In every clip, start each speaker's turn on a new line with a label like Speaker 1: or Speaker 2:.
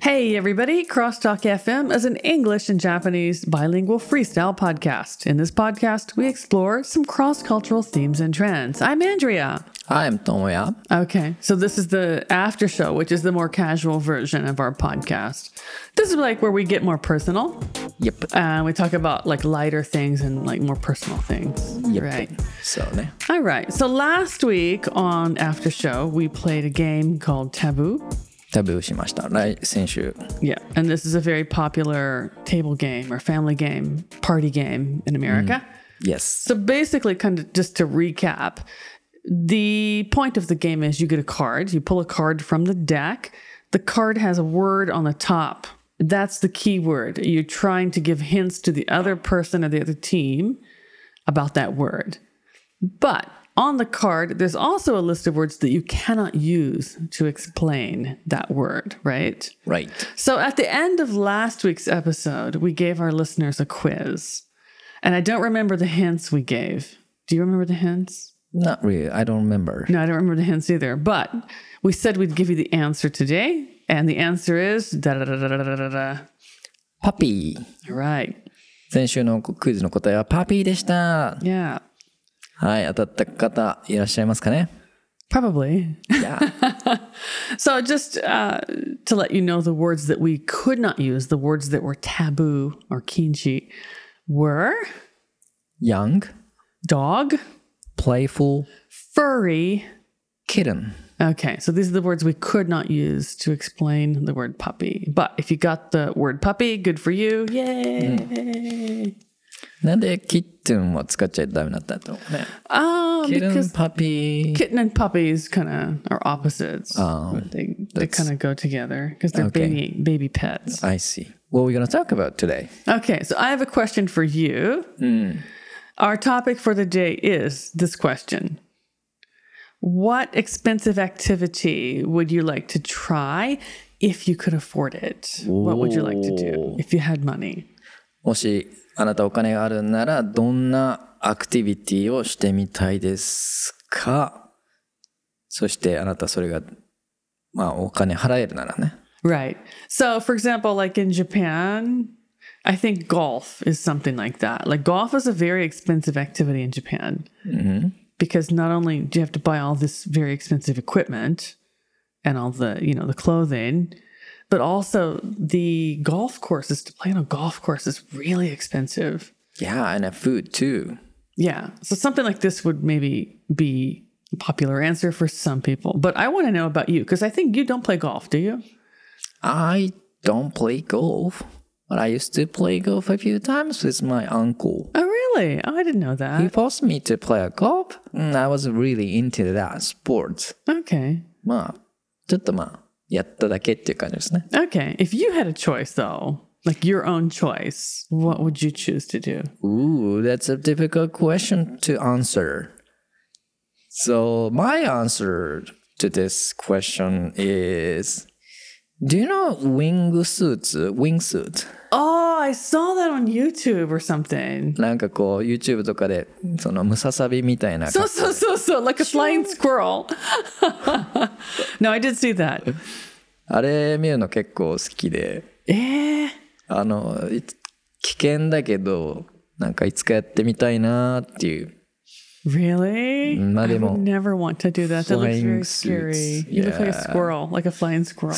Speaker 1: Hey, everybody. Crosstalk FM is an English and Japanese bilingual freestyle podcast. In this podcast, we explore some cross cultural themes and trends. I'm Andrea.
Speaker 2: I'm Tomoya.
Speaker 1: Okay. So, this is the after show, which is the more casual version of our podcast. This is like where we get more personal
Speaker 2: Yep.
Speaker 1: and we talk about like lighter things and like more personal things.
Speaker 2: Yep.
Speaker 1: Right.
Speaker 2: So ね。
Speaker 1: All right. So, last week on After Show, we played a game called Taboo.
Speaker 2: タブーしました。来先週。
Speaker 1: Yeah, and this is a very popular table game or family game, party game in America.
Speaker 2: Yes.
Speaker 1: So basically, kind of just to recap, the point of the game is you get a card, you pull a card from the deck. The card has a word on the top. That's the key word. You're trying to give hints to the other person or the other team about that word. But on the card, there's also a list of words that you cannot use to explain that word, right?
Speaker 2: Right.
Speaker 1: So at the end of last week's episode, we gave our listeners a quiz. And I don't remember the hints we gave. Do you remember the hints?
Speaker 2: Not really. I don't remember.
Speaker 1: No, I don't remember the hints either. But we said we'd give you the answer today. And the answer is da da da da da da da da.
Speaker 2: パピー。
Speaker 1: All Right.
Speaker 2: 先週のクイズの答えはパピーでした。
Speaker 1: Yeah.
Speaker 2: はい。当たった方いらっしゃいますかね
Speaker 1: Probably.
Speaker 2: いや。
Speaker 1: So just uh, to let you know, the words that we could not use, the words that were taboo or kinchi, were
Speaker 2: Young,
Speaker 1: dog,
Speaker 2: playful,
Speaker 1: furry,
Speaker 2: kitten.
Speaker 1: Okay, so these are the words we could not use to explain the word puppy. But if you got the word puppy, good for you. Yay!
Speaker 2: なんでキッテンは使っちゃダメだったと思うね。
Speaker 1: Um,
Speaker 2: キッテン、
Speaker 1: because
Speaker 2: パピー。
Speaker 1: kitten and puppies kind of are opposites.
Speaker 2: Oh,
Speaker 1: they they kind of go together because they're
Speaker 2: Okay.
Speaker 1: baby baby pets.
Speaker 2: I see. What are we going to talk about today?
Speaker 1: Okay, so I have a question for you. Our topic for the day is this question. What expensive activity would you like to try if you could afford it? What would you like to do
Speaker 2: Ooh.
Speaker 1: if you had money?
Speaker 2: もしあなたお金があるならどんなアクティビティをしてみたいですかそしてあなたそれがまあお金払えるならね
Speaker 1: Right. So, for example, like in Japan, I think golf is something like that. Like, golf is a very expensive activity in Japan because not only do you have to buy all this very expensive equipment and all the, you know, the clothing, but also the golf courses to play on a golf course is really expensive.
Speaker 2: Yeah and food too
Speaker 1: Yeah. So, something like this would maybe be a popular answer for some people. But I want to know about you because I think you don't play golf, do you?
Speaker 2: I don't play golf but I used to play golf a few times with my uncle
Speaker 1: Oh, really? Oh, I didn't know that.
Speaker 2: he forced me to play a golf and I was really into that sport
Speaker 1: Okay.
Speaker 2: まあちょっとまあやっただけっていう感じですね
Speaker 1: Okay. If you had a choice, though, like your own choice, what would you choose to do?
Speaker 2: Ooh, that's a difficult question to answer. So, my answer to this question is Do you know wingsuits? Wingsuit?
Speaker 1: Oh, I saw that on YouTube or something.
Speaker 2: なんかこう YouTube とかでそのムササビみたいな
Speaker 1: So, so, so, so, like a flying squirrel. no, I did see that.
Speaker 2: あれ見るの結構好きで
Speaker 1: Eh.
Speaker 2: あのいつ危険だけどなんかいつかやってみたいなっていう
Speaker 1: Really?
Speaker 2: Mm, not
Speaker 1: I would
Speaker 2: anymore.
Speaker 1: never want to do that. That looks
Speaker 2: Flying
Speaker 1: very scary.
Speaker 2: suits.
Speaker 1: You look like a
Speaker 2: Yeah.
Speaker 1: squirrel, like a flying squirrel.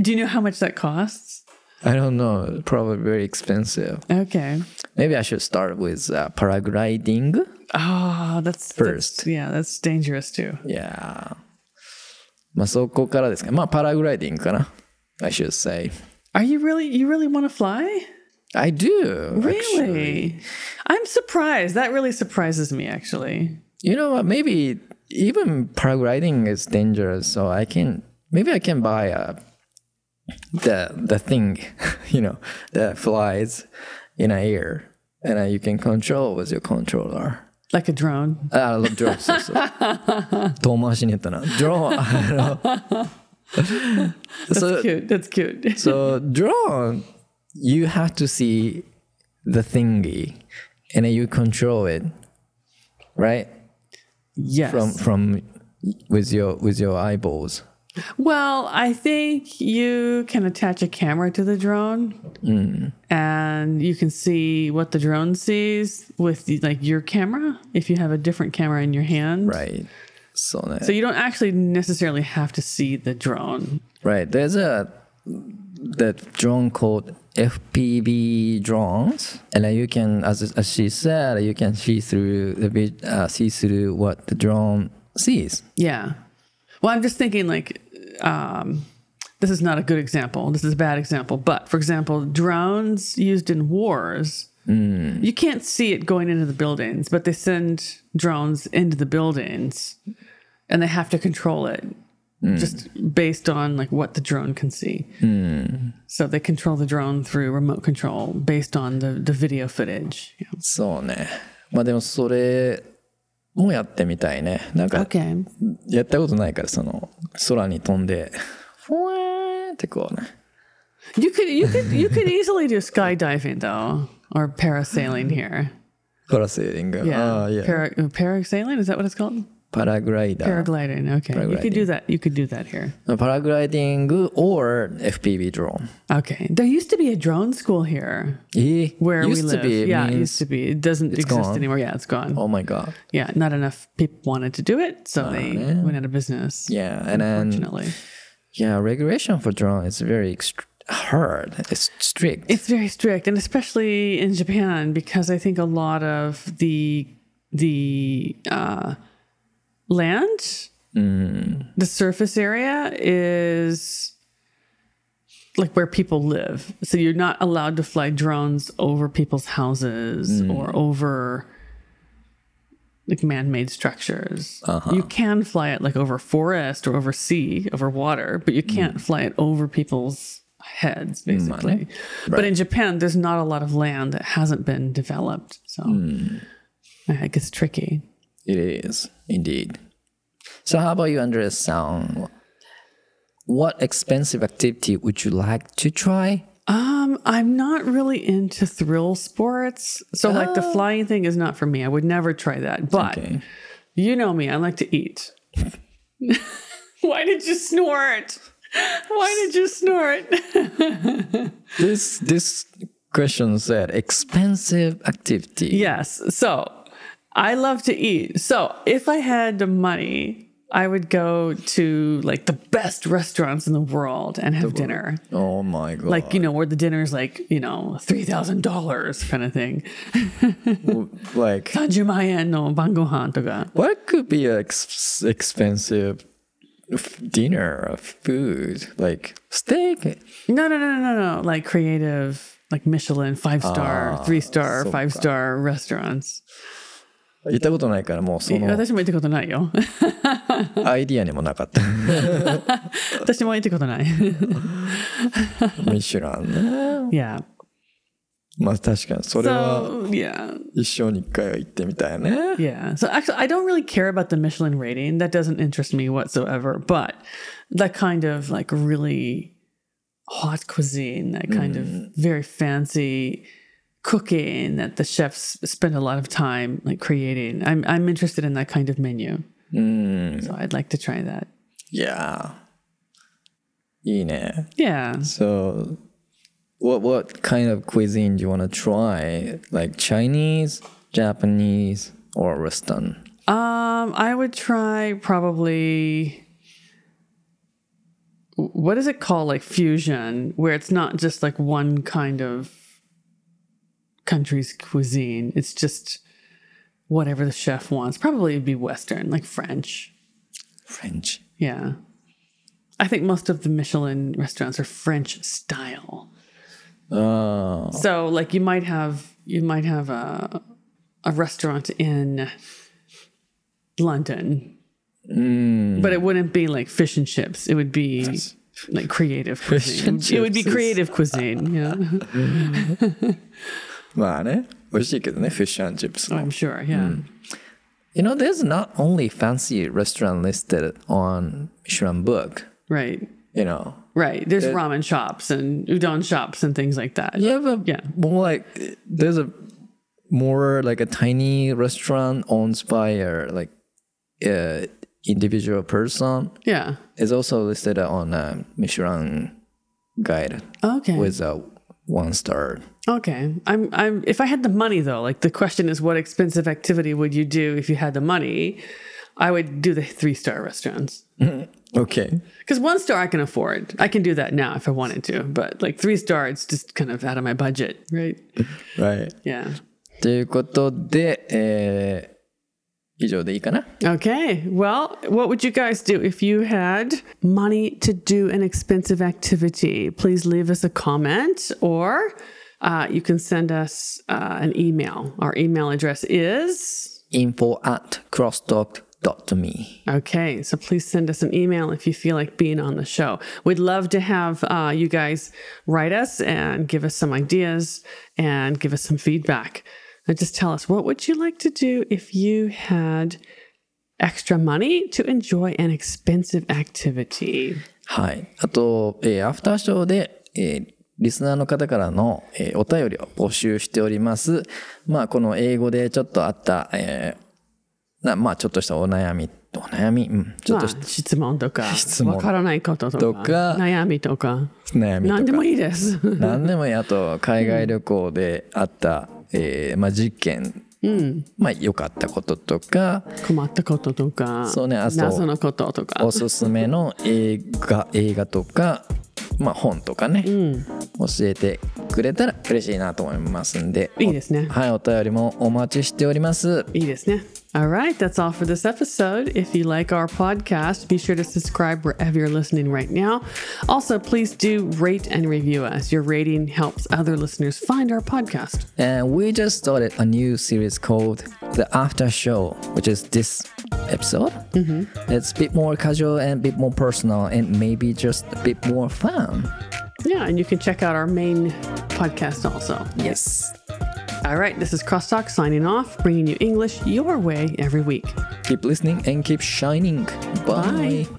Speaker 1: do you know how much that costs?
Speaker 2: I don't know probably very expensive
Speaker 1: Okay.
Speaker 2: maybe I should start with、uh, paragliding
Speaker 1: Oh, that's that's-
Speaker 2: First.
Speaker 1: yeah, that's dangerous too.
Speaker 2: いやーまあそこからですね。まあパラグライディングかな。I should say.
Speaker 1: Are you really you really want to fly?
Speaker 2: I do. actually.
Speaker 1: Really? I'm surprised. That really surprises me, actually.
Speaker 2: You know what? Maybe even paragliding is dangerous. So I can, maybe I can buy a, the, the thing, you know, that flies in the air and uh, you can control with your Ah, controller.
Speaker 1: Like a drone.
Speaker 2: あ、ドローン、そうそう。遠回しに言ったな。ドローン、 あの、そう
Speaker 1: That's cute. That's cute.
Speaker 2: So drone, you have to see the thingy, and then you control it, right?
Speaker 1: yes.
Speaker 2: From from with your with your eyeballs.
Speaker 1: Well, I think you can attach a camera to the drone and you can see what the drone sees with like your camera if you have a different camera in your hand.
Speaker 2: right? So, that-
Speaker 1: So you don't actually necessarily have to see the drone.
Speaker 2: right, there's a that drone called FPV drones, and then you can, as as she said, you can see through the vid- uh, see through what the drone sees.
Speaker 1: Yeah. Well, I'm just thinking like um this is not a good example. This is a bad example. But for example, drones used in wars, you can't see it going into the buildings, but they send drones into the buildings and they have to control it just based on like what the drone can see. So they control the drone through remote control based on the, the video footage. Yeah.
Speaker 2: そうね。まあでもそれもやってみたいね。なんか
Speaker 1: Okay.
Speaker 2: やったことないから、その空に飛んで、ふわーってこうね。
Speaker 1: You could you could you could easily do skydiving though, or parasailing here.
Speaker 2: パラセーリング。
Speaker 1: Yeah,
Speaker 2: ああ、いや。
Speaker 1: Para, parasailing is that what it's called?
Speaker 2: パラグライダー。
Speaker 1: Paragliding. Okay, you could do that. You could do that here.
Speaker 2: パラグライディング or FPV drone.
Speaker 1: Okay, there used to be a drone school here
Speaker 2: Eh,
Speaker 1: where
Speaker 2: used
Speaker 1: we live.
Speaker 2: to be
Speaker 1: yeah, it
Speaker 2: means-
Speaker 1: used to be. It doesn't exist
Speaker 2: gone.
Speaker 1: anymore. Yeah, it's gone.
Speaker 2: oh my god.
Speaker 1: Yeah, not enough people wanted to do it, so they went out of business.
Speaker 2: Yeah, and then
Speaker 1: Unfortunately,
Speaker 2: yeah, regulation for drone is very ext- hard. It's strict.
Speaker 1: it's very strict, and especially in Japan because I think a lot of the the uh, land the surface area is like where people live. So you're not allowed to fly drones over people's houses or over like man-made structures. You can fly it like over forest or over sea, over water, but you can't fly it over people's heads basically. But in Japan there's not a lot of land that hasn't been developed. So I guess tricky.
Speaker 2: It is indeed. So, how about you, Andreas? Sound. What expensive activity would you like to try?
Speaker 1: Um, I'm not really into thrill sports. So like the flying thing is not for me. I would never try that. But
Speaker 2: Okay.
Speaker 1: you know me, I like to eat. Why did you snort? Why did you snort?
Speaker 2: This this question said expensive activity.
Speaker 1: yes. So I love to eat. So if I had the money, I would go to like the best restaurants in the world and have dinner.
Speaker 2: Oh my god.
Speaker 1: Like, you know, where the dinner's like, you know, $3,000 kind of thing.
Speaker 2: like
Speaker 1: 30万円の晩ご飯とか。
Speaker 2: what could be an ex- expensive f- dinner of food? Like steak.
Speaker 1: No, no, no, no, no, no. Like creative, like Michelin, five star, three star, five star restaurants.
Speaker 2: 行ったことないからもうその
Speaker 1: 私も行ったことない よ。
Speaker 2: アイディアにもな かった。
Speaker 1: 私も行ったことない。
Speaker 2: ミシュラン ね。
Speaker 1: yeah.
Speaker 2: まあ確かにそれは
Speaker 1: So, yeah.
Speaker 2: 一生に一回は行ってみたいね。
Speaker 1: Yeah. So actually, I don't really care about the Michelin rating. That doesn't interest me whatsoever. But that kind of like really hot cuisine, that kind of very fancy cooking that the chefs spend a lot of time like creating. I'm I'm interested in that kind of menu. So I'd like to try that.
Speaker 2: いやーいいね。
Speaker 1: Yeah.
Speaker 2: So, what what kind of cuisine do you want to try? Like Chinese, Japanese, or Western?
Speaker 1: Um, I would try probably what is it called like fusion where it's not just like one kind of country's cuisine it's just whatever the chef wants probably it'd be western like french
Speaker 2: French.
Speaker 1: yeah i think most of the michelin restaurants are french style
Speaker 2: Oh,
Speaker 1: so like you might have you might have a a restaurant in London.
Speaker 2: Mm.
Speaker 1: But it wouldn't be like fish and chips. It would be like creative cuisine.
Speaker 2: and
Speaker 1: It would be
Speaker 2: chips is-
Speaker 1: creative cuisine, yeah.
Speaker 2: まあね、美味しいけどね、フィッシュチップス。
Speaker 1: I'm sure, yeah.
Speaker 2: Hmm. You know, there's not only fancy restaurant listed on Michelin book.
Speaker 1: Right.
Speaker 2: You know,
Speaker 1: Right. There's ramen shops and udon shops and things like that.
Speaker 2: yeah, but
Speaker 1: Yeah.
Speaker 2: more like there's a more like a tiny restaurant owned by a like uh, individual person
Speaker 1: Yeah.
Speaker 2: is also listed on a Michelin guide
Speaker 1: Okay.
Speaker 2: with a one star.
Speaker 1: Okay. I'm I'm if I had the money though, like the question is what expensive activity would you do if you had the money? I would do the three star restaurants.
Speaker 2: Okay.
Speaker 1: Because one star I can afford. I can do that now if I wanted to, but like three star it's just kind of out of my budget, right?
Speaker 2: Right.
Speaker 1: Yeah.
Speaker 2: ということで、えー以上でいいかな
Speaker 1: Okay. Well, what would you guys do if you had money to do an expensive activity? Please leave us a comment or uh, you can send us uh, an email. Our email address is
Speaker 2: ?info at crosstalk.me
Speaker 1: Okay, so please send us an email if you feel like being on the show. We'd love to have uh, you guys write us and give us some ideas and give us some feedback. And just tell us what would you like to do if you had extra money to enjoy an expensive activity?
Speaker 2: はい。あと、えーアフターショーで、えーリスナーの方からの、えーお便りを募集しております。まあ、この英語でちょっとあった、えーなまあ、ちょっとしたお悩み、お悩み、うん、ちょ
Speaker 1: Ah,
Speaker 2: っとし
Speaker 1: まあ、質問とか、
Speaker 2: 問。
Speaker 1: わからないこととか、
Speaker 2: とか、
Speaker 1: 悩みとか、
Speaker 2: 悩みとか。
Speaker 1: 何でもいいです。
Speaker 2: 何でもいいあと海外旅行であった、えーまあ、実験、まあ良かったこととか
Speaker 1: 困ったこととか、
Speaker 2: そうね、あと、
Speaker 1: 謎のこととか。
Speaker 2: おすすめの映画映画とか、まあ、本とかね、教えてくれたら嬉しいなと思いますんで
Speaker 1: いいですね。
Speaker 2: はいお便りもお待ちしております
Speaker 1: いいですね。All right, that's all for this episode. If you like our podcast, be sure to subscribe wherever you're listening right now. Also, please do rate and review us. Your rating helps other listeners find our podcast.
Speaker 2: And we just started a new series called The After Show, which is this episode. It's a bit more casual and a bit more personal and maybe just a bit more fun.
Speaker 1: Yeah, and you can check out our main podcast also.
Speaker 2: Yes.
Speaker 1: All right, this is Crosstalk signing off, bringing you English your way every week.
Speaker 2: Keep listening and keep shining. Bye.
Speaker 1: Bye.